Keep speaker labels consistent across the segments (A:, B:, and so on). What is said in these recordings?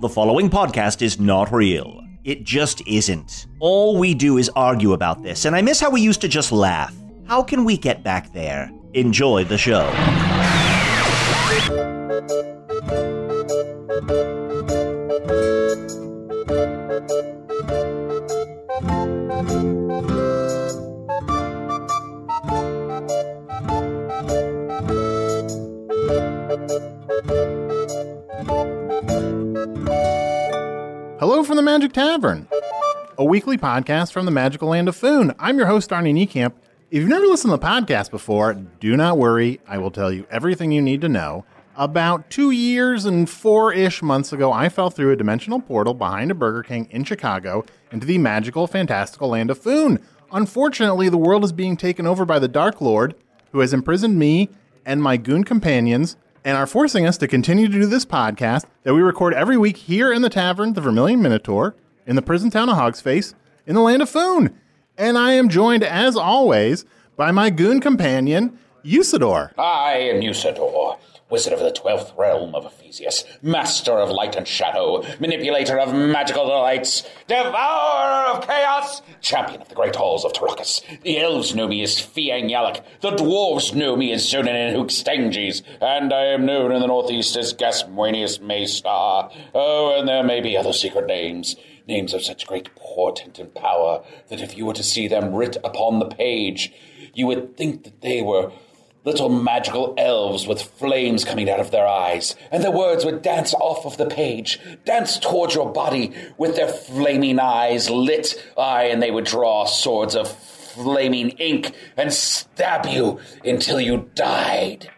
A: The following podcast is not real. It just isn't. All we do is argue about this, and I miss how we used to just laugh. How can we get back there? Enjoy the show.
B: Hello from the Magic Tavern, a weekly podcast from the magical land of Foon. I'm your host, Arnie Niekamp. If you've never listened to the podcast before, do not worry. I will tell you everything you need to know. About two years and four ish months ago, I fell through a dimensional portal behind a Burger King in Chicago into the magical, fantastical land of Foon. Unfortunately, the world is being taken over by the Dark Lord, who has imprisoned me and my goon companions and are forcing us to continue to do this podcast that we record every week here in the tavern, the Vermilion Minotaur, in the prison town of Hogsface, in the land of Foon. And I am joined, as always, by my goon companion, Usador.
C: I am Usador, wizard of the twelfth realm of Ephesius, master of light and shadow, manipulator of magical delights, devourer of chaos, champion of the great halls of Tarakas. The elves know me as Fiang Yalak, the dwarves know me as Zonin and Hookstanges, and I am known in the northeast as Gasmoenius Maystar. Oh, and there may be other secret names. Names of such great portent and power that if you were to see them writ upon the page, you would think that they were little magical elves with flames coming out of their eyes, and their words would dance off of the page, dance towards your body with their flaming eyes lit. Aye, and they would draw swords of flaming ink and stab you until you died.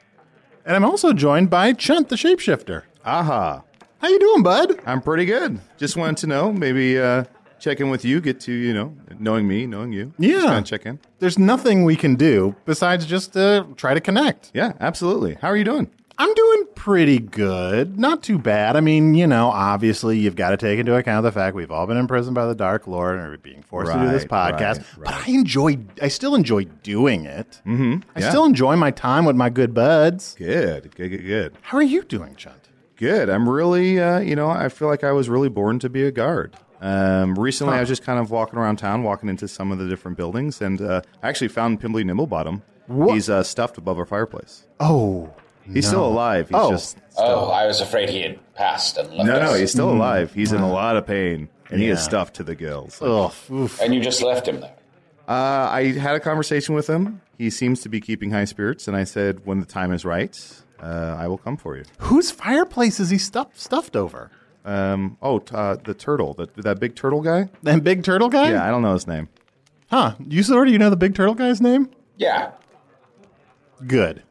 B: And I'm also joined by Chunt the Shapeshifter.
D: Aha.
B: How you doing, bud?
D: I'm pretty good. Just wanted to know, maybe uh, check in with you, get to, you know, knowing me, knowing you.
B: Yeah.
D: Just kind of check in.
B: There's nothing we can do besides just uh, try to connect.
D: Yeah, absolutely. How are you doing?
B: I'm doing pretty good. Not too bad. I mean, you know, obviously you've got to take into account the fact we've all been imprisoned by the Dark Lord and we're being forced to do this
D: Right,
B: podcast.
D: right,
B: But I enjoy, I still enjoy doing it. Mm-hmm. I
D: yeah.
B: still enjoy my time with my good buds.
D: Good, good, good, good.
B: How are you doing, Chunt?
D: Good. I'm really, uh, you know, I feel like I was really born to be a guard. Um, recently, I was just kind of walking around town, walking into some of the different buildings, and uh, I actually found Pimbly Nimblebottom. He's uh, stuffed above our fireplace.
B: Oh,
D: He's still alive. He's
B: Oh.
D: just
C: Oh, I was afraid he had passed and left
D: no,
C: us.
D: no. He's
B: Hmm.
D: still alive. He's in a lot of pain, and he is
B: Mm. Yeah.
D: stuffed to the gills.
B: ugh, oof.
C: and you just left him there.
D: Uh, I had a conversation with him. He seems to be keeping high spirits, and I said, when the time is right, uh, I will come for you.
B: Whose fireplace is he stuffed stuffed over?
D: Um, oh, t- uh, the turtle, that that big turtle guy.
B: That big turtle guy?
D: Yeah, I don't know his name.
B: Huh? You sort of you know the big turtle guy's name?
C: Yeah.
B: Good.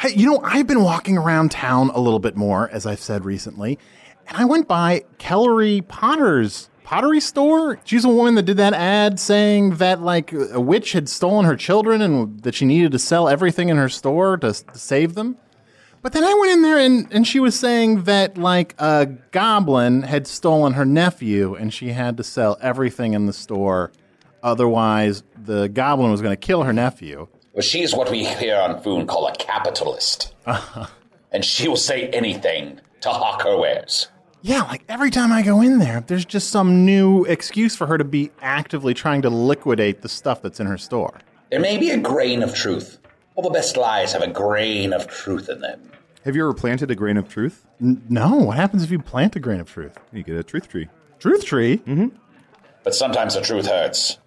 B: Hey, you know, I've been walking around town a little bit more, as I've said recently, and I went by Kellery Potter's pottery store. She's a woman that did that ad saying that, like, a witch had stolen her children and that she needed to sell everything in her store to, to save them. But then I went in there and, and she was saying that like a goblin had stolen her nephew and she had to sell everything in the store. Otherwise, the goblin was going to kill her nephew.
C: Well, she is what we here on Foon call a capitalist.
B: Uh-huh.
C: and she will say anything to hawk her wares.
B: Yeah, like every time I go in there, there's just some new excuse for her to be actively trying to liquidate the stuff that's in her store.
C: There may be a grain of truth. All the best lies have a grain of truth in them.
D: Have you ever planted a grain of truth?
B: N- no, what happens if you plant a grain of truth?
D: You get a truth tree. Mm-hmm.
B: Truth tree?
C: But sometimes the truth hurts.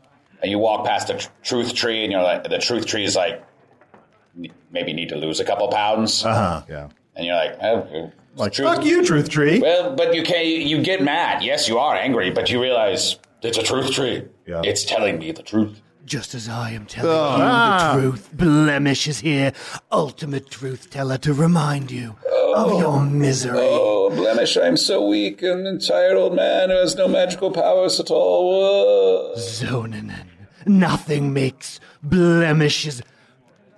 C: And you walk past the tr- truth tree, and you're like, the truth tree is like, "N- maybe need to lose a couple pounds.
D: Yeah.
C: And you're like, oh,
B: Uh-huh. Like,
C: truth.
B: fuck you, truth tree.
C: Well, but you can you get mad. Yes, you are angry, but you realize it's a truth tree.
D: Yeah.
C: It's telling me the truth.
E: Just as I am telling you the truth, Blemish is here, ultimate truth teller, to remind you of your misery.
C: Oh, blemish, I'm so weak. I'm an entire old man who has no magical powers at all.
E: Zoninen, nothing makes Blemish's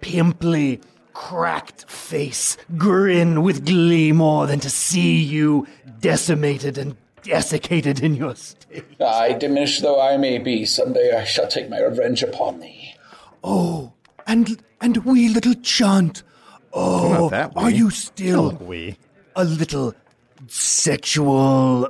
E: pimply, cracked face grin with glee more than to see you decimated and desiccated in your state.
C: I diminish though I may be, someday I shall take my revenge upon thee.
E: Oh, and and we little chant. Oh,
D: that
E: are
D: we.
E: you still
B: We.
E: a little sexual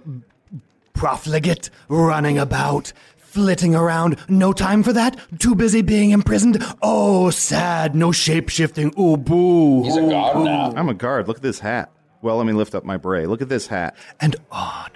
E: profligate running about, flitting around. No time for that. Too busy being imprisoned. Oh, sad. No shape shifting. Ooh, boo.
C: He's a god now.
D: I'm a guard. Look at this hat. Well, let me lift up my bray. Look at this hat.
E: And Arnold.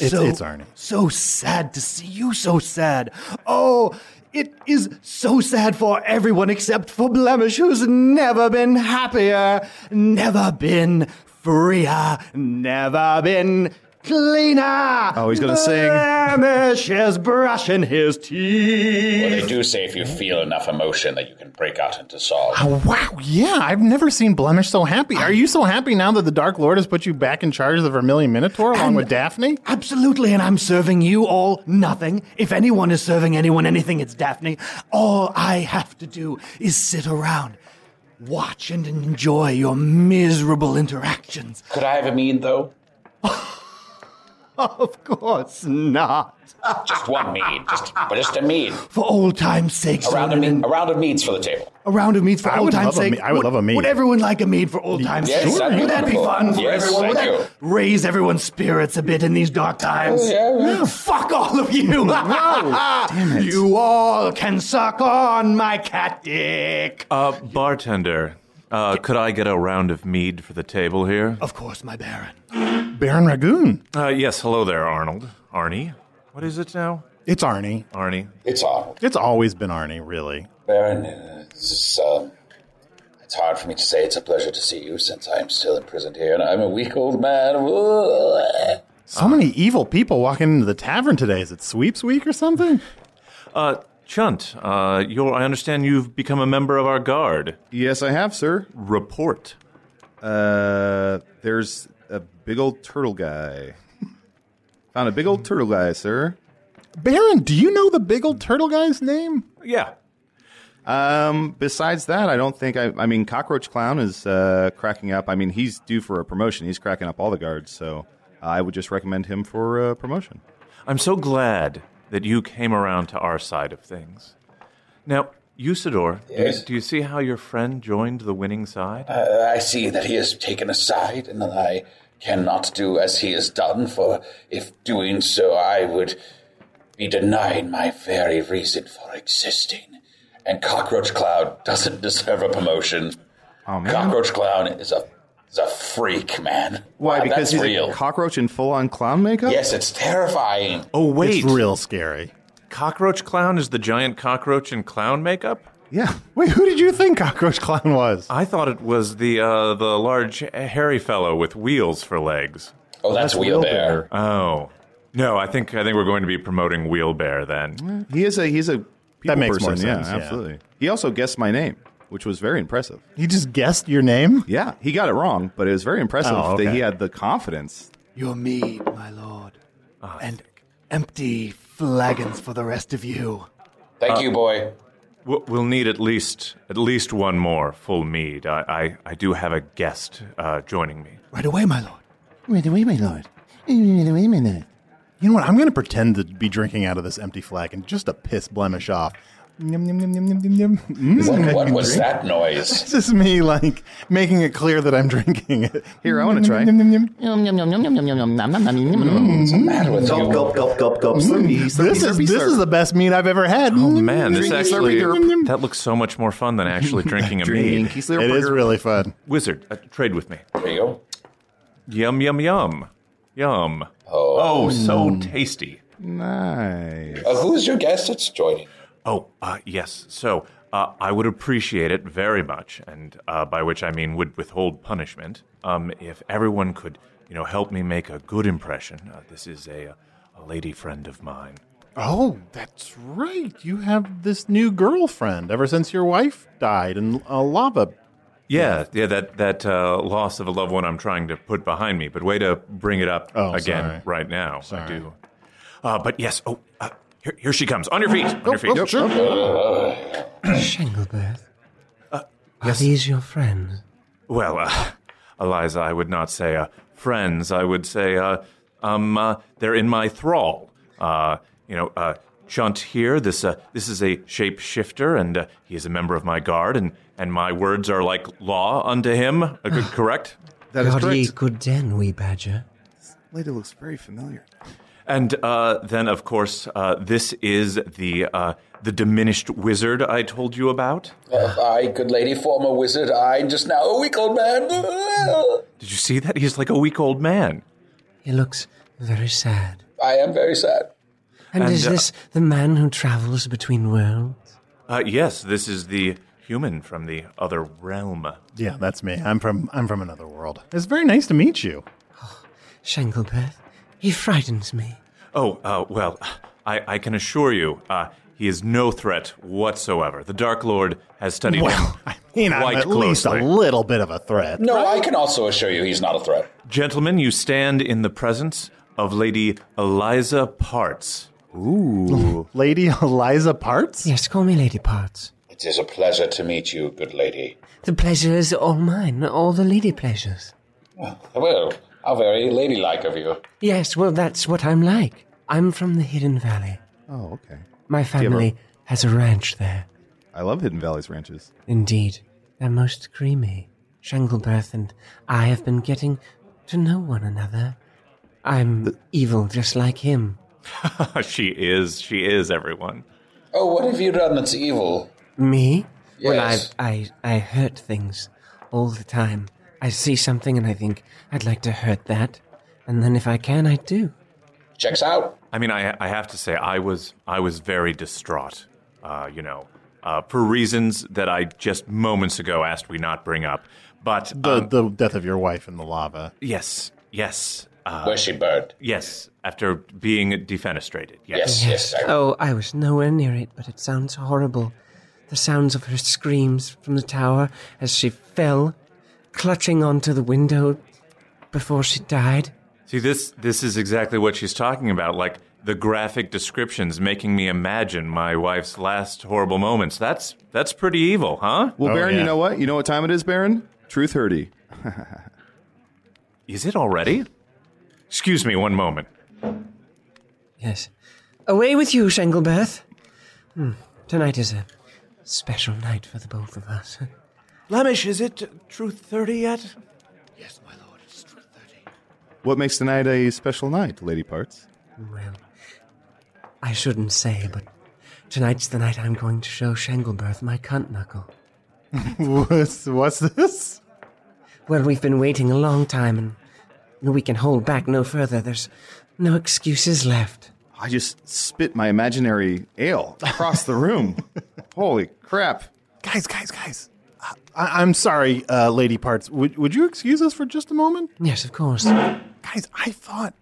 B: It's- it's Arnie.
E: So sad to see you so sad. Oh, it is so sad for everyone except for Blemish, who's never been happier, never been freer, never been cleaner.
D: Oh, he's gonna sing.
E: Blemish is brushing his
C: Well,
E: teeth.
C: they do say if you feel enough emotion that you can break out into song.
B: Oh, wow, yeah, I've never seen Blemish so happy. Are you so happy now that the Dark Lord has put you back in charge of the Vermilion Minotaur along
E: And-
B: with Daphne?
E: Absolutely, and I'm serving you all nothing. If anyone is serving anyone anything, it's Daphne. All I have to do is sit around, watch, and enjoy your miserable interactions.
C: Could I have a mead though?
E: Of course not.
C: Just one mead, just but just a mead.
E: For old time's sake,
C: A round of
E: Sonnen,
C: mead,
E: and
C: a round of meads for the table.
E: a round of mead for
B: I
E: old
B: would
E: time's
B: love a
E: sake.
B: me- I would love a mead.
E: Would everyone like a mead for old time's
C: Yes,
E: sake?
C: that'd be
E: Would that be
C: wonderful.
E: fun for
C: Yes,
E: everyone? Would
C: thank
E: that raise everyone's spirits a bit in these dark times?
C: Oh,
E: Fuck all of you! Damn it. You all can suck on my cat dick.
F: Uh, bartender, uh, could I get a round of mead for the table here?
E: of course, my Baron.
B: Baron Ragoon.
F: Uh, yes, hello there, Arnold. Arnie? What is it now?
B: It's Arnie.
F: Arnie.
C: It's Arnold.
B: It's always been Arnie, really.
C: Baron, uh, this is, um, it's hard for me to say it's a pleasure to see you since I'm still imprisoned here and I'm a weak old man. Ugh.
B: So many evil people walking into the tavern today. Is it Sweeps Week or something?
F: Uh, Chunt, uh, you're, I understand you've become a member of our guard.
D: Yes, I have, sir.
F: Report.
D: Uh, there's a big old turtle guy. Found a big old turtle guy, sir.
B: Baron, do you know the big old turtle guy's name?
F: Yeah.
D: Um, besides that, I don't think I. I mean, Cockroach Clown is uh, cracking up. I mean, he's due for a promotion. He's cracking up all the guards, so I would just recommend him for uh, promotion.
F: I'm so glad that you came around to our side of things. Now, Usador, do you-
C: Yes?
F: do you see how your friend joined the winning side?
C: Uh, I see that he is taken aside and that I cannot do as he has done, for if doing so, I would be denied my very reason for existing. And Cockroach Clown doesn't deserve a promotion.
D: Oh man,
C: Cockroach Clown is a is a freak, man.
D: why?
C: Wow,
D: Because
C: that's
D: he's
C: real.
D: a cockroach in full-on clown makeup.
C: yes, it's terrifying.
F: oh,
B: It's
F: wait.
B: real scary.
F: Cockroach Clown is the giant cockroach in clown makeup?
D: Yeah.
B: Wait, who did you think Cockroach Clown was?
F: I thought it was the uh, the large hairy fellow with wheels for legs.
C: Oh, that's, Wheel Bear.
F: Oh. No, I think I think we're going to be promoting Wheelbear then.
D: He is a he's a people
B: makes
D: person.
B: more sense,
D: Yeah,
B: yeah.
D: absolutely. He also guessed my name, which was very impressive.
B: He just guessed your name?
D: Yeah, he got it wrong, but it was very impressive
B: Oh,
D: that
B: okay.
D: he had the confidence.
E: Your mead, my lord.
B: Ah,
E: and empty flagons for the rest of you.
C: Thank you, boy.
F: Uh, We'll we'll need at least at least one more full mead. I I, I do have a guest uh, joining me.
E: Right away, my lord.
B: Wait, wait, my lord. Wait a minute. You know what? I'm going to pretend to be drinking out of this empty flagon just to piss Blemish off. Yum, yum, yum, yum, yum, yum, yum. Mm.
C: What, what was that noise?
B: It's just me, like, making it clear that I'm drinking it.
D: Here, I wanna try.
B: Yum, yum, yum.
G: Yum yum yum yum yum yum yum yum nom, nom, yum yum.
C: What's the matter with
A: Gulp,
C: you?
A: gulp, gulp, gulp, gulp. Slurpee, slurpee,
B: Mm, This is
A: slurpee,
B: this
A: slurp.
B: is the best meat I've ever had.
F: Oh man, this
D: Drinky
F: actually
D: slurpy derp.
F: that looks so much more fun than actually drinking a mead.
D: Drinky slurp
B: It is
D: burger.
B: really fun.
F: Wizard, uh, trade with me.
C: There you go.
F: Yum yum yum yum. Oh, so tasty.
D: nice.
C: Uh, who is your guest that's joining?
F: Oh, uh, yes. So uh, I would appreciate it very much, and uh, by which I mean would withhold punishment, um, if everyone could, you know, help me make a good impression. Uh, this is a, a lady friend of mine.
B: Oh, that's right. You have this new girlfriend ever since your wife died in uh, lava.
F: Yeah, yeah, that that uh, loss of a loved one I'm trying to put behind me, but way to bring it up
B: Oh,
F: again
B: sorry.
F: right now. I do. Uh, but yes, oh, uh, here, here she comes. On your feet. On your
H: Oh,
F: feet.
B: Yep, sure.
H: Shinglebirth.
D: Uh,
H: Are these your friends?
F: Well, uh, Eliza, I would not say uh, friends. I would say uh, um, uh, they're in my thrall. Uh, you know, uh, Chunt here. This uh, this is a shapeshifter, and uh, he is a member of my guard, and and my words are like law unto him. Uh, c- correct.
D: That is
H: God ye
D: correct.
H: good den, wee badger.
D: Lady looks very familiar.
F: And uh, then, of course, uh, this is the uh, the diminished wizard I told you about.
C: Uh, I, good lady, former wizard, I'm just now a weak old man.
F: Did you see that? He's like a weak old man.
H: He looks very sad.
C: I am very sad.
H: And,
F: And,
H: is
F: uh,
H: this the man who travels between worlds?
F: Uh, yes, this is the human from the other realm.
B: Yeah, that's me. I'm from I'm from another world. It's very nice to meet you.
H: Shanglebirth, he frightens me.
F: Oh, uh, well, I, I can assure you, uh, he is no threat whatsoever. The Dark Lord has studied
B: Well,
F: him
B: I mean, I'm
F: quite
B: at least a
F: closely.
B: little bit of a threat.
C: No, I can also assure you he's not a threat.
F: Gentlemen, you stand in the presence of Lady Eliza Parts.
B: Lady Eliza Parts.
H: Yes, call me Lady Parts.
C: It is a pleasure to meet you, good lady.
H: The pleasure is all mine, all the lady pleasures.
C: Well, how very ladylike of you.
H: Yes, well, that's what I'm like. I'm from the Hidden Valley.
D: Oh, okay.
H: My family has a ranch there.
D: I love Hidden Valley's ranches.
H: Indeed, they're most creamy. Shanglebirth and I have been getting to know one another. I'm evil just like him.
F: she is, she is, everyone.
C: Oh, what have you done that's evil?
H: Me?
C: Yes.
H: Well, I, I, I hurt things all the time. I see something and I think, I'd like to hurt that. And then if I can, I do.
C: Checks out.
F: I mean, I, I have to say, I was, I was very distraught, uh, you know, uh, for reasons that I just moments ago asked we not bring up. But
B: The,
F: um,
B: the death of your wife in the lava.
F: yes, yes, uh,
C: Where she burned.
F: yes, after being defenestrated,
C: Yes,
F: yes.
C: yes. I,
H: Oh, I was nowhere near it, but it sounds horrible. The sounds of her screams from the tower as she fell, clutching onto the window before she died.
F: See this this is exactly what she's talking about like the graphic descriptions making me imagine my wife's last horrible moments. That's that's pretty evil, huh?
D: Well,
B: Oh,
D: Baron,
B: yeah.
D: you know what? You know what time it is, Baron? Truth hurdy.
F: Is it already? Excuse me one moment.
H: Yes. Away with you, Shanglebirth. Hmm, Tonight is a special night for the both of us.
F: Blemish, is it truth 30 yet?
D: What makes tonight a special night, Lady Parts?
H: Well, I shouldn't say, but tonight's the night I'm going to show Shanglebirth my cunt knuckle.
B: What's, what's this?
H: Well, we've been waiting a long time, and we can hold back no further. There's no excuses left.
D: I just spit my imaginary ale across the room. Holy crap.
B: Guys, guys, guys. I, I'm sorry, uh, Lady Parts. Would, would you excuse us for just a moment?
H: Yes, of course.
B: Guys, I thought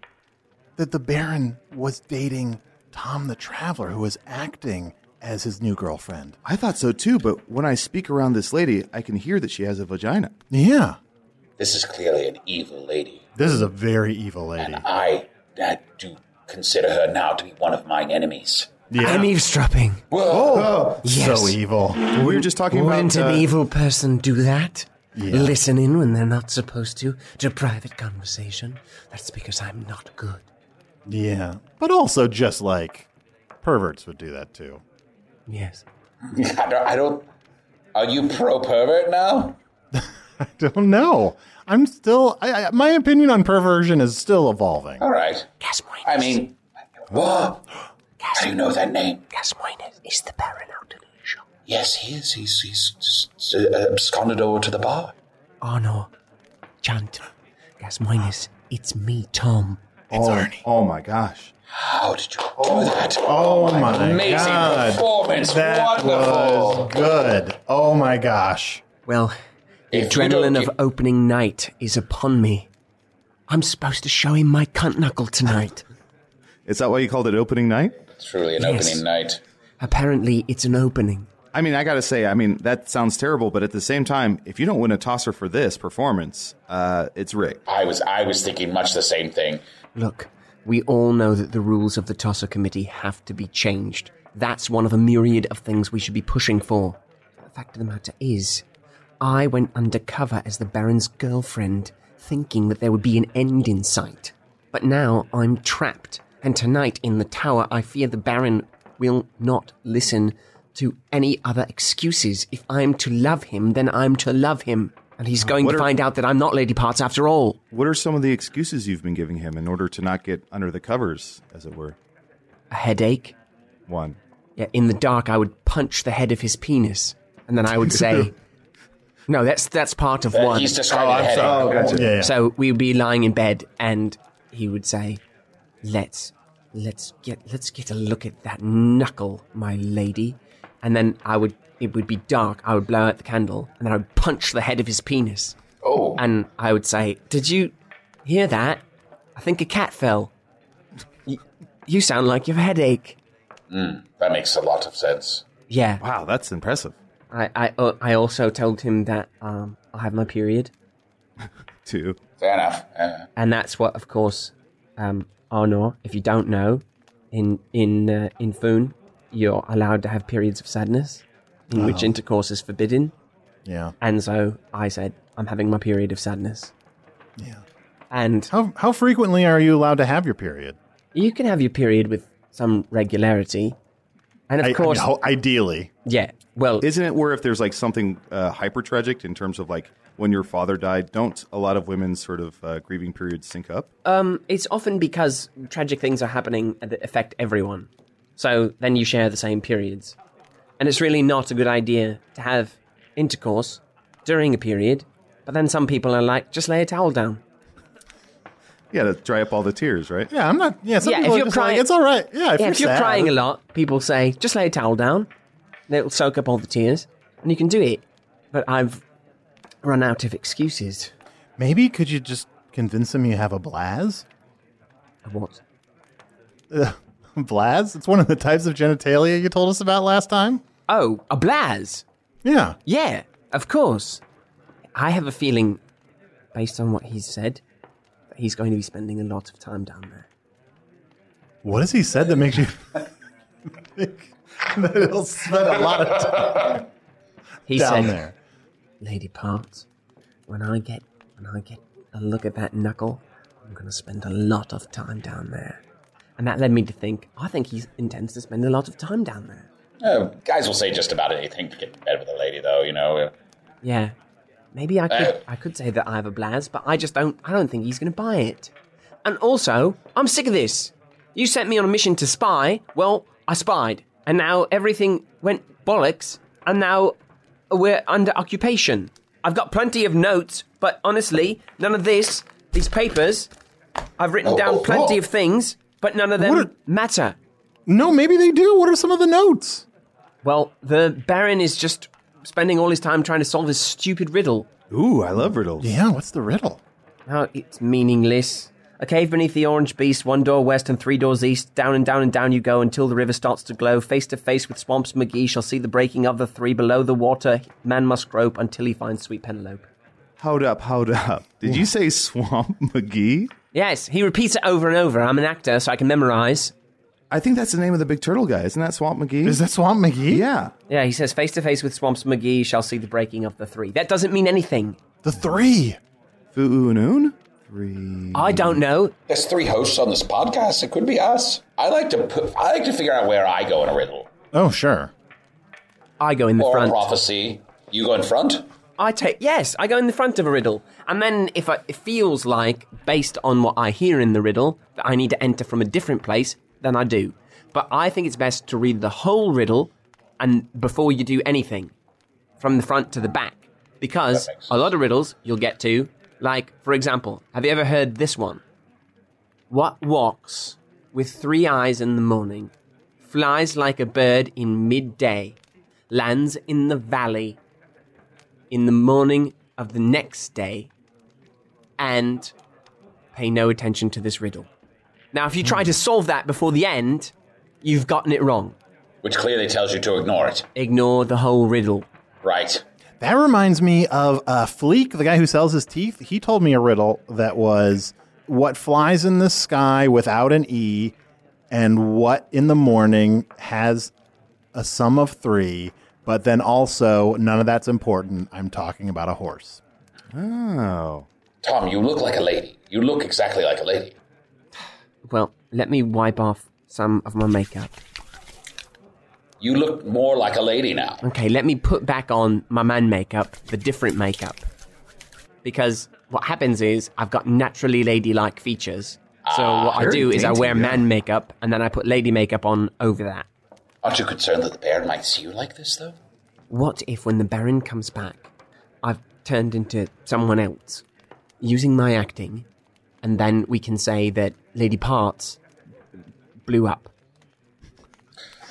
B: that the Baron was dating Tom the Traveler, who was acting as his new girlfriend.
D: I thought so too, but when I speak around this lady, I can hear that she has a vagina.
B: Yeah.
C: this is clearly an evil lady.
B: This is a very evil lady.
C: I, I do consider her now to be one of mine enemies.
B: Yeah.
I: I'm eavesdropping.
B: Whoa.
I: Yes.
B: So evil.
D: oh, We were just talking
I: Wouldn't
D: about
I: an
D: uh,
I: evil person do that?
B: Yeah.
I: Listen in when they're not supposed to, to private conversation. That's because I'm not good.
B: Yeah. But also just like perverts would do that too.
I: Yes.
C: I don't. I don't are you pro pervert now?
B: I don't know. I'm still I, I, my opinion on perversion is still evolving.
C: All right. I mean, what? How do you know that name?
I: Gasmoines is the Baron Altonasia.
C: Yes, he is. He's, he's, s- uh, absconded over to the bar.
I: Oh no. Chant. Gasmoines, it's me, Tom.
B: It's Ernie.
D: Oh my gosh.
C: How did you do that?
B: Oh my
C: Amazing
B: god.
C: performance.
B: That
C: Wonderful.
B: was good. Oh my gosh.
I: Well, the
C: If we don't
I: adrenaline
C: get-
I: of opening night is upon me. I'm supposed to show him my cunt knuckle tonight.
D: Is that why you called it opening night?
C: Truly an
I: Yes.
C: opening night.
I: Apparently, it's an opening.
D: I mean, I gotta say, I mean, that sounds terrible, but at the same time, if you don't win a tosser for this performance, uh, it's rigged.
C: I was I was thinking much the same thing.
I: Look, we all know that the rules of the Tosser Committee have to be changed. That's one of a myriad of things we should be pushing for. The fact of the matter is, I went undercover as the Baron's girlfriend, thinking that there would be an end in sight. But now I'm trapped, and tonight in the tower, I fear the Baron will not listen to any other excuses. If I'm to love him, then I'm to love him. And he's going
D: What
I: to
D: are-
I: find out that I'm not Lady Parts after all.
D: What are some of the excuses you've been giving him in order to not get under the covers, as it were?
I: A headache,
D: One.
I: Yeah, in the dark, I would punch the head of his penis, and then I would say, "No, that's that's part of
C: Uh,
I: one."
C: he's
B: Oh,
C: describing a headache.
B: Yeah.
I: So we would be lying in bed, and he would say, "Let's let's get let's get a look at that knuckle, my lady," and then I would it would be dark. I would blow out the candle, and then I would punch the head of his penis,
C: Oh,
I: and I would say, "Did you hear that? I think a cat fell. You, you sound like you have a headache."
C: Hmm, that makes a lot of sense.
I: Yeah.
D: Wow, that's impressive.
I: I I, uh, I also told him that um, I have my period,
D: Two.
C: Fair enough. Uh,
I: and that's what, of course, um, Arnor. If you don't know, in in uh, in Foon, you're allowed to have periods of sadness, in which intercourse is forbidden.
B: Yeah.
I: And so I said, I'm having my period of sadness,
B: Yeah.
I: and
B: How how frequently are you allowed to have your period?
I: you can have your period with some regularity, and of
B: I- I
I: course,
B: know, ideally.
I: yeah. Well,
D: Isn't it where if there's like something uh, hyper tragic in terms of like when your father died, don't a lot of women's sort of uh, grieving periods sync up?
I: Um, It's often because tragic things are happening that affect everyone. So then you share the same periods. And it's really not a good idea to have intercourse during a period, but then some people are like, just lay a towel down.
D: Yeah, to dry up all the tears, right?
B: Yeah, I'm not. Yeah, some
I: Yeah, if
B: people are
I: you're
B: just
I: crying-
B: like, it's all right. Yeah, if
I: Yeah,
B: you're,
I: if you're
B: sad.
I: crying a lot, people say, just lay a towel down. It'll soak up all the tears, and you can do it. But I've run out of excuses.
B: Maybe could you just convince him you have a blaz?
I: What?
B: blaz? It's one of the types of genitalia you told us about last time.
I: Oh, a blaz!
B: Yeah.
I: Yeah, of course. I have a feeling, based on what he's said, that he's going to be spending a lot of time down there.
B: What has he said that makes you think that he'll spend a lot of time
I: He
B: down
I: said,
B: there?
I: "Lady Parts, when I get when I get a look at that knuckle, I'm going to spend a lot of time down there." And that led me to think, I think he intends to spend a lot of time down there.
C: uh, guys will say just about anything to get to bed with a lady, though. You know. Uh,
I: Yeah, maybe I could
C: Uh.
I: I could say that I have a blaz, but I just don't I don't think he's going to buy it. And also, I'm sick of this. You sent me on a mission to spy. Well, I spied, and now everything went bollocks, and now we're under occupation. I've got plenty of notes, but honestly, none of this, these papers, I've written
C: Oh,
I: down
C: oh,
I: plenty
C: oh.
I: of things, but none of them
B: What are-
I: matter.
B: No, maybe they do. What are some of the notes?
I: Well, the Baron is just spending all his time trying to solve his stupid riddle.
D: Ooh, I love riddles.
B: Yeah, what's the riddle?
I: Now it's meaningless. A cave beneath the orange beast, one door west and three doors east. Down and down and down you go until the river starts to glow. Face to face with swamps, McGee shall see the breaking of the three below the water. Man must grope until he finds sweet Penelope.
D: Hold up, hold up. Did you say Swamp McGee?
I: Yes, he repeats it over and over. I'm an actor, so I can memorize.
D: I think that's the name of the big turtle guy. Isn't that Swamp McGee? Is
B: that Swamp McGee?
D: Yeah.
I: Yeah, he says, face to face with Swamps McGee shall see the breaking of the three. That doesn't mean anything.
B: The three?
D: Fu'unun?
I: I don't know.
C: There's three hosts on this podcast. It could be us. I like to put, I like to figure out where I go in a riddle
B: Oh, sure.
I: I go in the
C: or a
I: front.
C: prophecy. You go in front.
I: I take yes, I go in the front of a riddle, and then if I, it feels like, based on what I hear in the riddle, that I need to enter from a different place, then I do. But I think it's best to read the whole riddle, and before you do anything, from the front to the back, because a lot of riddles you'll get to, like for example, have you ever heard this one? What walks with three eyes in the morning, flies like a bird in midday, lands in the valley in the morning of the next day and pay no attention to this riddle. Now, if you try
C: Hmm.
I: to solve that before the end, you've gotten it wrong.
C: Which clearly tells you to ignore it.
I: Ignore the whole riddle.
C: Right.
B: That reminds me of uh, Fleek, the guy who sells his teeth. He told me a riddle that was what flies in the sky without an E and what in the morning has a sum of three, but then also none of that's important. I'm talking about a horse.
D: Oh.
C: Tom, you look like a lady. You look exactly like a lady.
I: Well, let me wipe off some of my makeup.
C: You look more like a lady now.
I: Okay, let me put back on my man makeup, the different makeup. Because what happens is I've got naturally ladylike features. So what
D: Ah,
I: I
D: very
I: do is I
D: dainty,
I: wear
D: yeah.
I: man makeup and then I put lady makeup on over that.
C: Aren't you concerned that the bear might see you like this, though?
I: What if, when the Baron comes back, I've turned into someone else using my acting, and then we can say that Lady Parts blew up?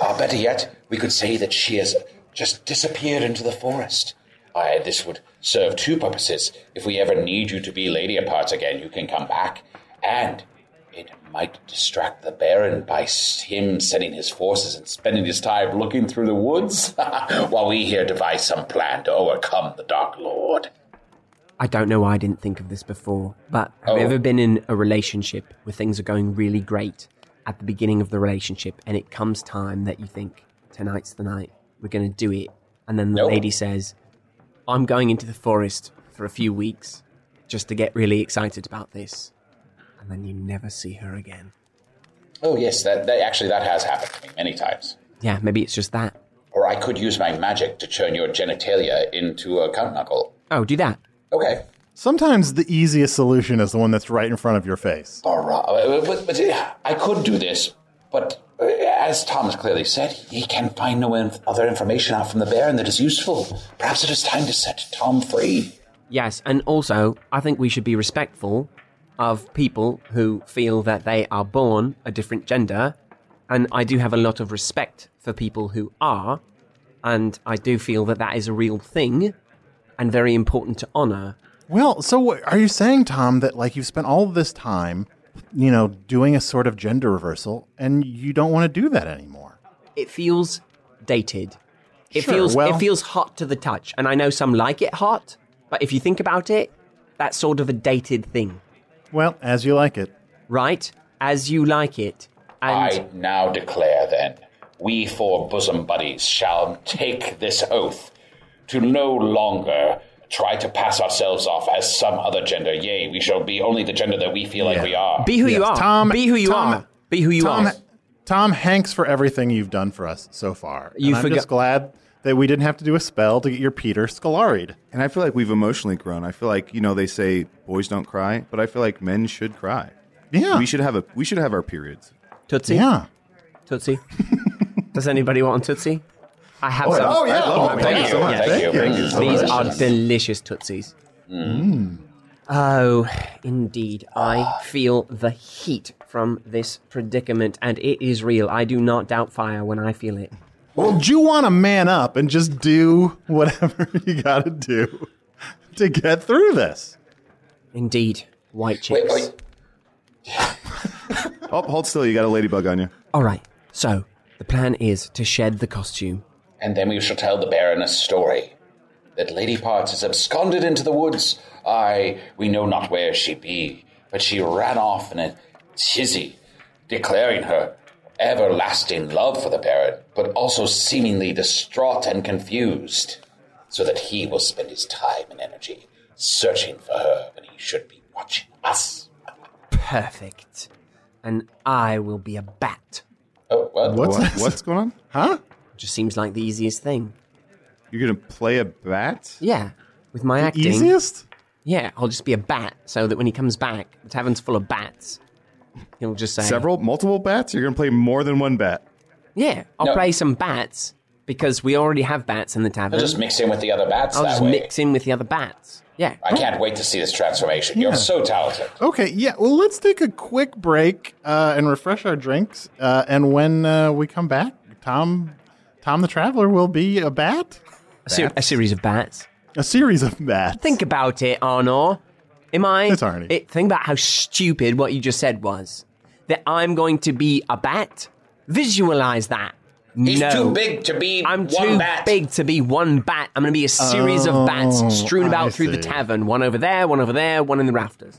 C: Ah, better yet, we could say that she has just disappeared into the forest. Aye, this would serve two purposes. If we ever need you to be Lady Apart again, you can come back. And it might distract the Baron by s- him sending his forces and spending his time looking through the woods while we here devise some plan to overcome the Dark Lord.
I: I don't know why I didn't think of this before, but have you
C: Oh.
I: ever been in a relationship where things are going really great at the beginning of the relationship, and it comes time that you think, tonight's the night, we're going to do it? And then the
C: Nope.
I: lady says, I'm going into the forest for a few weeks just to get really excited about this. And then you never see her again.
C: Oh, yes, that, that actually, that has happened to me many times.
I: Yeah, maybe it's just that.
C: Or I could use my magic to turn your genitalia into a cunt knuckle.
I: Oh, do that.
C: Okay.
B: Sometimes the easiest solution is the one that's right in front of your face.
C: All right. But, but, uh, I could do this, but uh, as Tom has clearly said, he can find no inf- other information out from the Baron that is useful. Perhaps it is time to set Tom free.
I: Yes, and also, I think we should be respectful of people who feel that they are born a different gender. And I do have a lot of respect for people who are. And I do feel that that is a real thing and very important to honor.
B: Well, so what, are you saying, Tom, that like you've spent all this time, you know, doing a sort of gender reversal and you don't want to do that anymore?
I: It feels dated. It
B: Sure,
I: feels
B: well-
I: it feels hot to the touch, and I know some like it hot, but if you think about it, that's sort of a dated thing,
B: Well, as you like it.
I: right? As you like it. And
C: I now declare, then, we four bosom buddies shall take this oath to no longer try to pass ourselves off as some other gender. Yea, we shall be only the gender that we feel like we are.
I: be who you
B: Yes,
I: are.
B: Tom,
I: be who you
B: Tom,
I: are. Be who you
B: Tom,
I: are.
B: Tom Hanks for everything you've done for us so far.
I: You
B: and I'm
I: forgot-
B: just glad that we didn't have to do a spell to get your Peter Scolaried.
D: And I feel like we've emotionally grown. I feel like, you know, they say boys don't cry, but I feel like men should cry.
B: Yeah.
D: We should have a we should have our periods.
I: Tootsie.
B: yeah.
I: Tootsie. Does anybody want a Tootsie? I have some.
B: Oh, yeah. Oh,
D: Thank
B: thank
D: you
B: you.
D: so much.
C: Thank
B: Thank
C: you. Thank you.
I: These are delicious Tootsies.
D: Mm.
I: Oh, indeed. I feel the heat from this predicament, and it is real. I do not doubt fire when I feel it.
B: Well, do you want to man up and just do whatever you got to do to get through this?
I: Indeed. White
C: Wait,
I: chicks.
C: wait.
D: Oh, hold still, you got a ladybug on you.
I: All right. So, the plan is to shed the costume.
C: and then we shall tell the Baron a story that Lady Parts is absconded into the woods. Ay, we know not where she be, but she ran off in a tizzy, declaring her everlasting love for the parrot, but also seemingly distraught and confused, so that he will spend his time and energy searching for her when he should be watching us.
I: Perfect. And I will be a bat.
C: Oh, what?
D: What's What? this? What's going on?
I: Huh? Just seems like the easiest thing.
D: You're gonna play a bat?
I: Yeah. With my
D: The
I: acting.
D: easiest?
I: Yeah, I'll just be a bat so that when he comes back, the tavern's full of bats. He'll just say
D: Several, multiple bats? You're gonna play more than one bat?
I: Yeah, I'll
D: No.
I: play some bats because we already have bats in the tavern.
C: I'll just mix in with the other bats
I: I'll
C: that
I: just
C: way.
I: mix in with the other bats. Yeah.
C: I can't wait to see this transformation. You're so talented.
B: Okay, yeah. Well, let's take a quick break uh, and refresh our drinks. Uh, and when uh, we come back, Tom, Tom the Traveler will be a bat.
I: A, ser- a series of bats.
B: A series of bats.
I: Think about it, Arnor. Am I?
B: It's Arnie.
I: It, think about how stupid what you just said was. That I'm going to be a bat. Visualize that.
C: He's
I: no.
C: too big to be
I: I'm
C: one
I: too
C: bat.
I: big to be one bat. I'm going to be a series of bats
B: Oh,
I: strewn about
B: I
I: through the
B: see.
I: tavern. One over there, one over there, one in the rafters.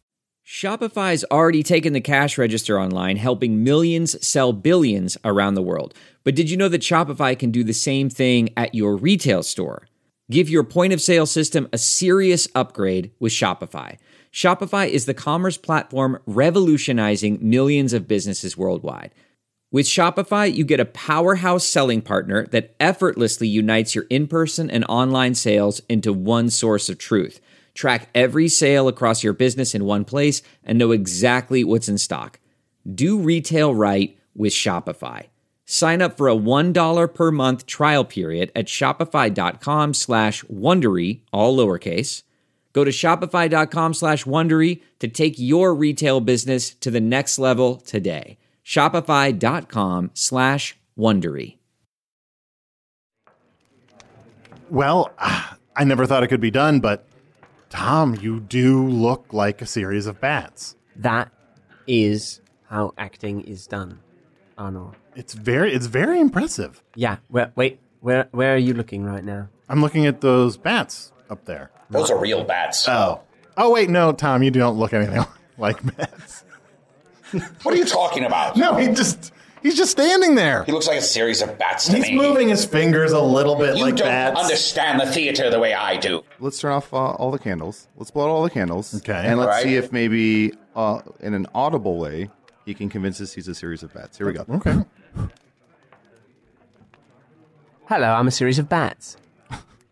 J: Shopify's already taken the cash register online, helping millions sell billions around the world. But did you know that Shopify can do the same thing at your retail store? Give your point of sale system a serious upgrade with Shopify. Shopify is the commerce platform revolutionizing millions of businesses worldwide. With Shopify, you get a powerhouse selling partner that effortlessly unites your in person and online sales into one source of truth. Track every sale across your business in one place and know exactly what's in stock. Do retail right with Shopify. Sign up for a $1 per month trial period at shopify.com slash Wondery, all lowercase. Go to shopify.com slash Wondery to take your retail business to the next level today. Shopify.com slash Wondery.
B: Well, ah, I never thought it could be done, but Tom, you do look like a series of bats.
I: That is how acting is done, Arnor.
B: It's very, it's very impressive.
I: Yeah. Where, wait. Where Where are you looking right now?
B: I'm looking at those bats up there.
C: Those are real bats.
B: Oh, oh wait, no, Tom, you don't look anything like bats.
C: What are you talking about?
B: No, he just, he's just standing there.
C: He looks like a series of bats to
B: He's
C: me.
B: moving his fingers a little bit
C: you
B: like
C: don't
B: bats.
C: understand the theater the way I do.
D: Let's turn off uh, all the candles. Let's blow out all the candles. Okay. And
C: All
D: let's
C: right.
D: see if maybe uh, in an audible way he can convince us he's a series of bats. Here we go.
B: Okay.
I: Hello, I'm a series of bats.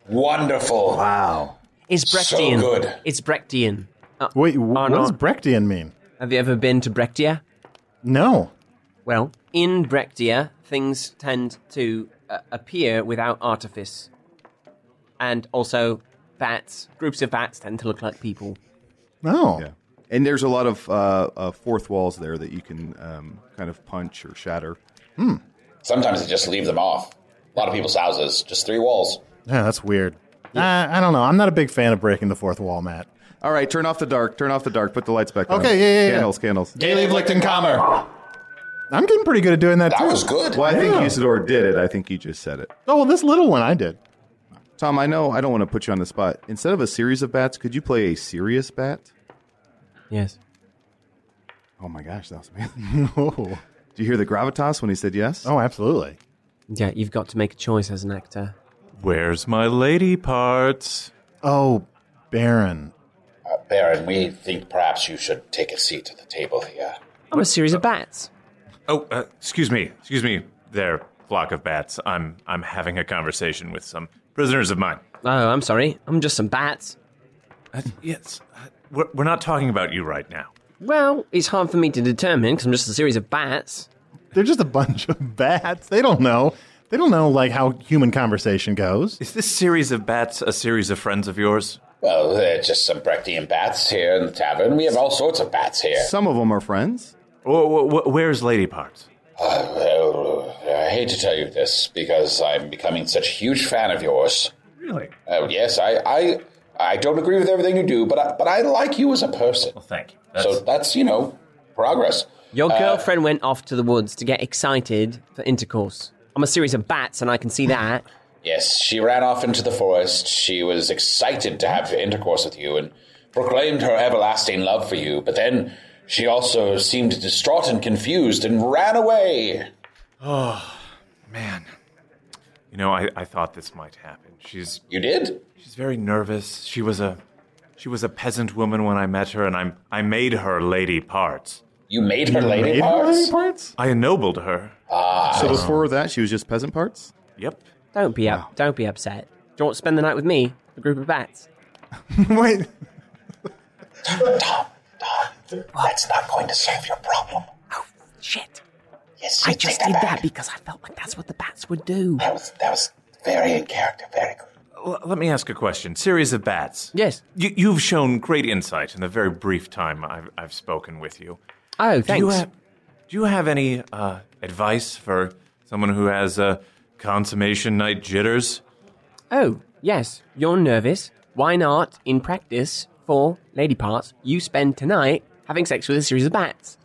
C: Wonderful.
B: Wow.
I: It's
C: So
I: Brechtian.
C: good.
I: It's Brechtian. Uh,
B: Wait, wh- what
I: Arnor,
B: does Brechtian mean?
I: have you ever been to Brechtia?
B: No.
I: Well, in Brechtia, things tend to uh, appear without artifice, and also bats. Groups of bats tend to look like people.
B: No.
D: Yeah. And there's a lot of uh, uh, fourth walls there that you can um, kind of punch or shatter.
C: Sometimes they just leave them off. A lot of people's houses, just three walls.
B: Yeah, that's weird. I, I don't know. I'm not a big fan of breaking the fourth wall, Matt.
D: All right, turn off the dark. Turn off the dark. Put the lights back on.
B: Okay, yeah, yeah, yeah.
D: Candles, candles.
B: Daily of Lichtenkammer. I'm getting pretty good at doing that,
C: That
B: too.
C: was good.
D: Well, I think
B: Yeah.
D: Usador did it. I think you just said it.
B: Oh, well, this little one I did.
D: Tom, I know I don't want to put you on the spot. Instead of a series of bats, could you play a serious bat?
I: Yes.
D: Oh my gosh, that was amazing.
B: oh.
D: Do you hear the gravitas when he said yes?
B: oh, absolutely.
I: Yeah, you've got to make a choice as an actor.
F: Where's my lady parts?
B: Oh, Baron.
C: Uh, Baron, we think perhaps you should take a seat at the table here.
I: I'm a series
F: uh,
I: of bats.
F: Oh, uh, excuse me, excuse me, there, flock of bats. I'm I'm having a conversation with some prisoners of mine.
I: Oh, I'm sorry. I'm just some bats.
F: Uh, yes, uh, We're, we're not talking about you right now.
I: Well, it's hard for me to determine because I'm just a series of bats.
B: They're just a bunch of bats. They don't know. They don't know like how human conversation goes.
F: Is this series of bats a series of friends of yours?
C: Well, they're just some Brechtian bats here in the tavern. We have all sorts of bats here.
D: Some of them are friends.
F: where's Lady Parts?
C: Uh, well, I hate to tell you this because I'm becoming such a huge fan of yours.
F: Really?
C: Uh, yes, I, I, I don't agree with everything you do, but I, but I like you as a person. Well,
F: thank you.
C: so that's you know progress.
I: Your
C: Uh,
I: girlfriend went off to the woods to get excited for intercourse. I'm a series of bats, and I can see that.
C: Yes, she ran off into the forest. She was excited to have intercourse with you and proclaimed her everlasting love for you. But then she also seemed distraught and confused and ran away.
F: Oh, man. You know, I, I thought this might happen. She's
C: You did?
F: She's very nervous. She was a she was a peasant woman when I met her and I'm I made her lady parts.
C: You made her You lady made her parts? lady parts?
F: I ennobled her.
C: Ah.
D: So before that, she was just peasant parts.
F: Yep.
I: Don't be up. Don't be upset. Do you want to spend the night with me, a group of bats?
B: Wait.
C: That's not going to solve your problem.
I: Shit.
C: Yes,
I: I just did that because I felt like that's what the bats would do. That
C: was that was very in character. Very good.
F: L- let me ask a question. Series of bats.
I: Yes.
F: You, you've shown great insight in the very brief time I've, I've spoken with you.
I: Oh,
F: Do you
I: thanks.
F: have, do you have any uh, advice for someone who has uh, consummation night jitters?
I: Oh, yes, you're nervous. Why not, in practice, for lady parts, you spend tonight having sex with a series of bats?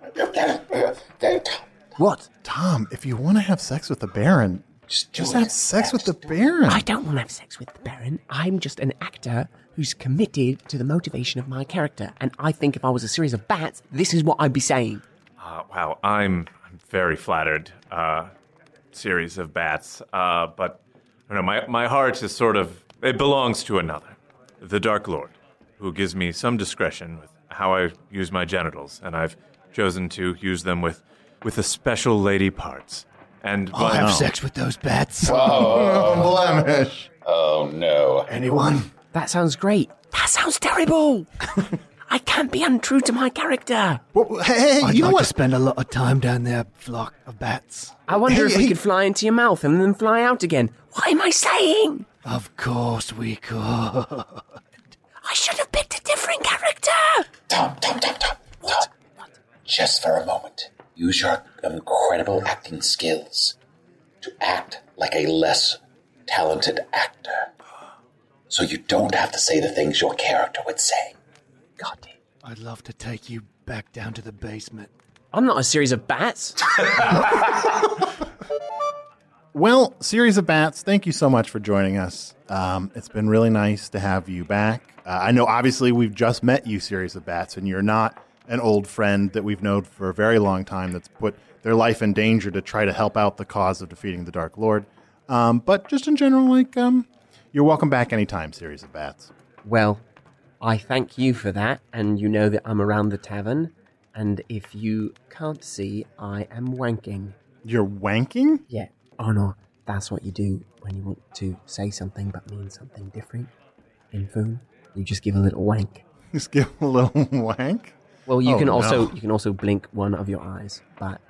I: What?
B: Tom, if you want to have sex with the Baron, just, have sex with the Baron.
I: I don't want to have sex with the Baron. I'm just an actor who's committed to the motivation of my character, and I think if I was a series of bats, this is what I'd be saying.
F: Uh, wow, I'm, I'm very flattered. Uh, series of bats, uh, but I don't know. My my heart is sort of it belongs to another, the Dark Lord, who gives me some discretion with how I use my genitals, and I've chosen to use them with with the special lady parts. And
E: I'll
F: by-
E: have sex with those bats.
B: blemish.
C: Oh no.
B: Anyone?
I: That sounds great. That sounds terrible. I can't be untrue to my character.
B: Hey,
E: I'd
B: you know
E: like
B: what?
E: to spend a lot of time down there, flock of bats.
I: I wonder
E: Hey,
I: if we
E: hey.
I: could fly into your mouth and then fly out again. What am I saying?
E: Of course we could.
I: I should have picked a different character.
C: Tom, Tom, Tom, Tom, Tom. Just for a moment, use your incredible acting skills to act like a less talented actor. So you don't have to say the things your character would say.
E: I'd love to take you back down to the basement.
I: I'm not a series of bats.
B: Well, series of bats, thank you so much for joining us. Um, it's been really nice to have you back. Uh, I know, obviously, we've just met you, series of bats, and you're not an old friend that we've known for a very long time that's put their life in danger to try to help out the cause of defeating the Dark Lord. Um, but just in general, like, um, you're welcome back anytime, series of bats.
I: Well, I thank you for that, and you know that I'm around the tavern. And if you can't see, I am wanking.
B: You're wanking?
I: Yeah. Oh no, that's what you do when you want to say something but mean something different. In food, you just give a little wank.
B: Just give a little wank.
I: Well, you
B: Oh,
I: can
B: no. Uh.
I: also you can also blink one of your eyes, but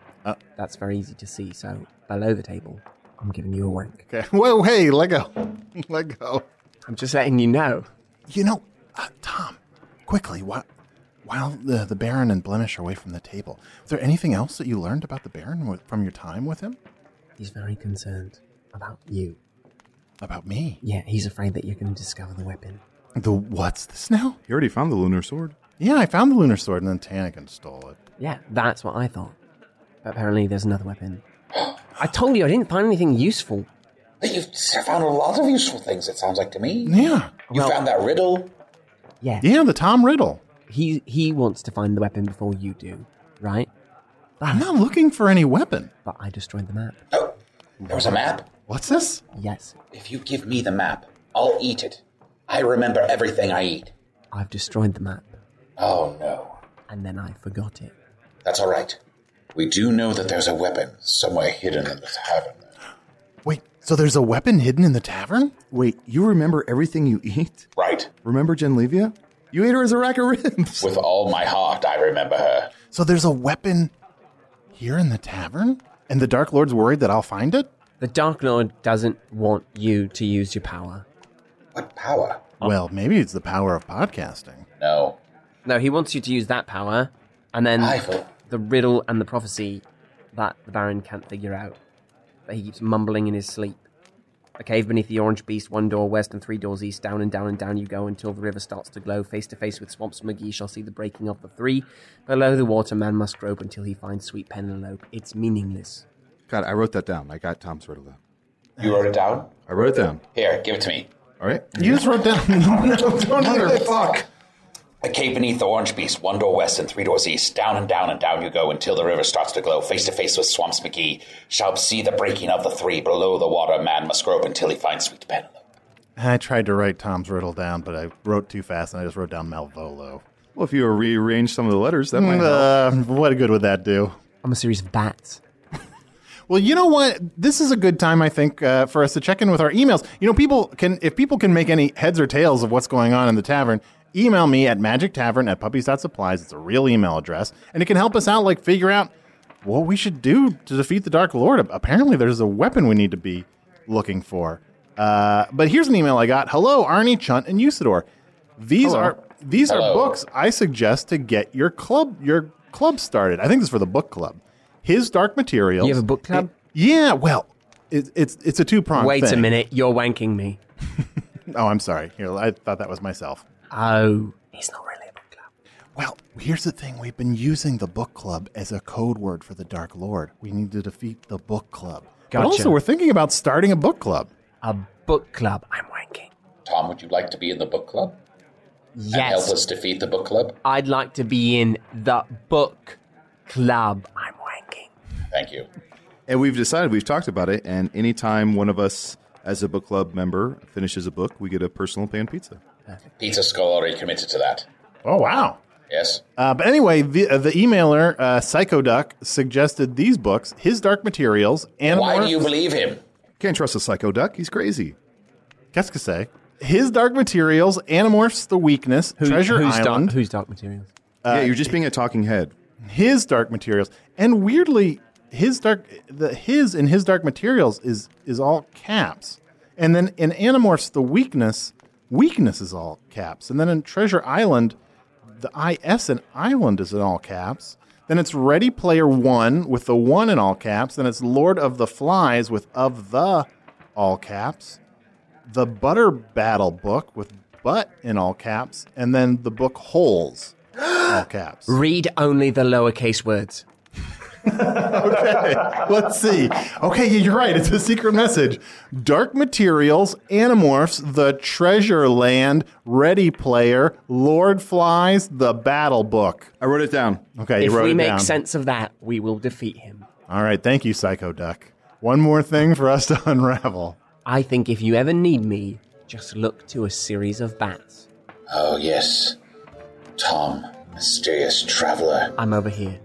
I: that's very easy to see. So below the table, I'm giving you a wank.
B: Okay. Whoa, hey, let go. Let go.
I: I'm just letting you know.
B: You know, uh, Tom, quickly, while, while the, the Baron and Blemish are away from the table, is there anything else that you learned about the Baron with, from your time with him?
I: He's very concerned about you.
B: About me?
I: Yeah, he's afraid that you're going to discover the weapon.
B: The what's this now?
D: You already found the lunar sword.
B: Yeah, I found the lunar sword and then Tanakin stole it.
I: Yeah, that's what I thought. But apparently, there's another weapon. I told you I didn't find anything useful.
C: You've found a lot of useful things, it sounds like to me.
B: Yeah.
C: You found that riddle.
I: Yeah.
B: Yeah, the Tom Riddle.
I: He he wants to find the weapon before you do, right?
B: I'm not looking for any weapon.
I: But I destroyed the map.
C: Oh, There was a map.
B: What's this?
I: Yes,
C: If you give me the map, I'll eat it. I remember everything I eat.
I: I've destroyed the map,
C: Oh no.
I: and then I forgot it.
C: That's all right. We do know that there's a weapon somewhere hidden in the tavern.
B: Wait, so there's a weapon hidden in the tavern?
D: Wait, you remember everything you eat?
C: Right.
D: Remember Genlevia?
B: You ate her as a rack of ribs.
C: With all my heart, I remember her.
B: So there's a weapon here in the tavern? And the Dark Lord's worried that I'll find it?
I: The Dark Lord doesn't want you to use your power.
C: What power?
D: Oh.
B: Well, maybe it's the power of podcasting.
C: No.
I: No, he wants you to use that power, and then the riddle and the prophecy that the Baron can't figure out. That he keeps mumbling in his sleep. A cave beneath the orange beast, one door west and three doors east, down and down and down you go until the river starts to glow. Face to face with swamps, McGee shall see the breaking of the three. Below the water, man must grope until he finds sweet Penelope. It's meaningless.
D: God, I wrote that down. I got Tom's riddle down.
C: You wrote it down?
D: I wrote it down.
C: Here, give it to me.
D: All right.
B: You just wrote down. no, don't do this.
C: A cave beneath the orange beast, one door west and three doors east. Down and down and down you go until the river starts to glow. Face to face with Swamps McGee. Shall see the breaking of the three. Below the water, man must grope until he finds sweet Penelope.
B: I tried to write Tom's riddle down, but I wrote too fast and I just wrote down Malvolo.
D: Well, if you rearrange some of the letters, that might
B: uh, What good would that do?
I: I'm a series of bats.
B: well, you know what? This is a good time, I think, uh, for us to check in with our emails. You know, people can, if people can make any heads or tails of what's going on in the tavern, email me at magictavern at puppies.supplies. It's a real email address, and it can help us out, like, figure out what we should do to defeat the Dark Lord. Apparently, there's a weapon we need to be looking for. Uh, but here's an email I got. Hello, Arnie, Chunt, and Usador. These
D: Hello.
B: are these are
D: Hello.
B: books I suggest to get your club your club started. I think this is for the book club. His Dark Materials. Eh,
I: You have a book club?
B: yeah. Well, it, it's it's a two pronged.
I: Wait a minute, you're wanking me.
B: Oh, I'm sorry. Here, I thought that was myself.
I: Oh,
B: he's not really a book club. Well, here's the thing: we've been using the book club as a code word for the Dark Lord. We need to defeat the book club. But
I: Gotcha.
B: also, we're thinking about starting a book club.
I: A book club. I'm wanking.
C: Tom, would you like to be in the book club?
I: Yes.
C: And help us defeat the book club?
I: I'd like to be in the book club. I'm
C: Thank you.
D: And we've decided, we've talked about it, and anytime one of us as a book club member finishes a book, we get a personal pan pizza.
C: Peter Skull already committed to that.
B: Oh wow!
C: Yes?
B: Uh, but anyway, the uh, the emailer uh, Psycho Duck suggested these books: His Dark Materials, and
C: Why do you believe him?
B: Can't trust a Psycho Duck; he's crazy. Qu'est-ce que c'est? His Dark Materials, Animorphs, The Weakness, Treasure
I: who's
B: Island.
I: Dark, who's dark materials?
B: Uh,
D: yeah, you're just being a talking head.
B: His Dark Materials, and weirdly, his dark the his in his Dark Materials is is all caps, and then in Animorphs, The Weakness, Weakness is all caps, and then in Treasure Island, the IS in Island is in all caps. Then it's Ready Player One with the one in all caps. Then it's Lord of the Flies with of the all caps. The Butter Battle book with butt in all caps. And then the book Holes, all caps.
I: Read only the lowercase words.
B: okay, let's see. Okay, yeah, you're right. It's a secret message. Dark Materials, Animorphs, The Treasure Land, Ready Player, Lord Flies, The Battle Book.
D: I wrote it down.
B: Okay, you
I: if
B: wrote
I: we
B: it
I: make
B: down.
I: sense of that, we will defeat him.
B: All right, thank you, Psycho Duck. One more thing for us to unravel.
I: I think if you ever need me, just look to a series of bats.
C: Oh, yes. Tom, mysterious traveler.
I: I'm over here.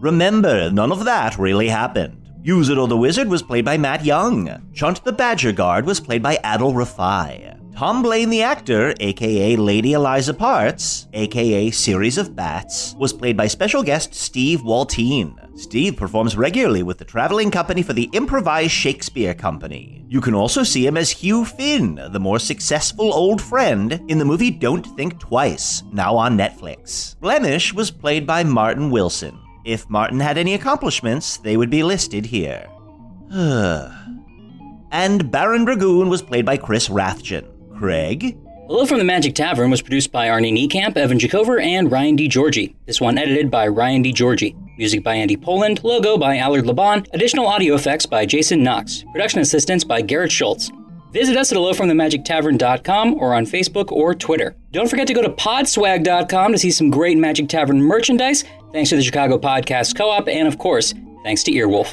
A: Remember, none of that really happened. Usador the Wizard was played by Matt Young. Chunt the Badger Guard was played by Adol Rafai. Tom Blaine the actor, aka Lady Eliza Parts, aka Series of Bats, was played by special guest Steve Waltine. Steve performs regularly with the traveling company for the Improvised Shakespeare Company. You can also see him as Hugh Finn, the more successful old friend, in the movie Don't Think Twice, now on Netflix. Blemish was played by Martin Wilson. If Martin had any accomplishments, they would be listed here. and Baron Dragoon was played by Chris Rathjen. Craig?
K: Hello from the Magic Tavern was produced by Arnie Niekamp, Evan Jacover, and Ryan D. Georgie. This one edited by Ryan D. Georgie. Music by Andy Poland, logo by Allard Laban, additional audio effects by Jason Knox, production assistance by Garrett Schultz. Visit us at hellofromthemagictavern.com or on Facebook or Twitter. Don't forget to go to podswag.com to see some great Magic Tavern merchandise, thanks to the Chicago Podcast Co-op, and of course, thanks to Earwolf.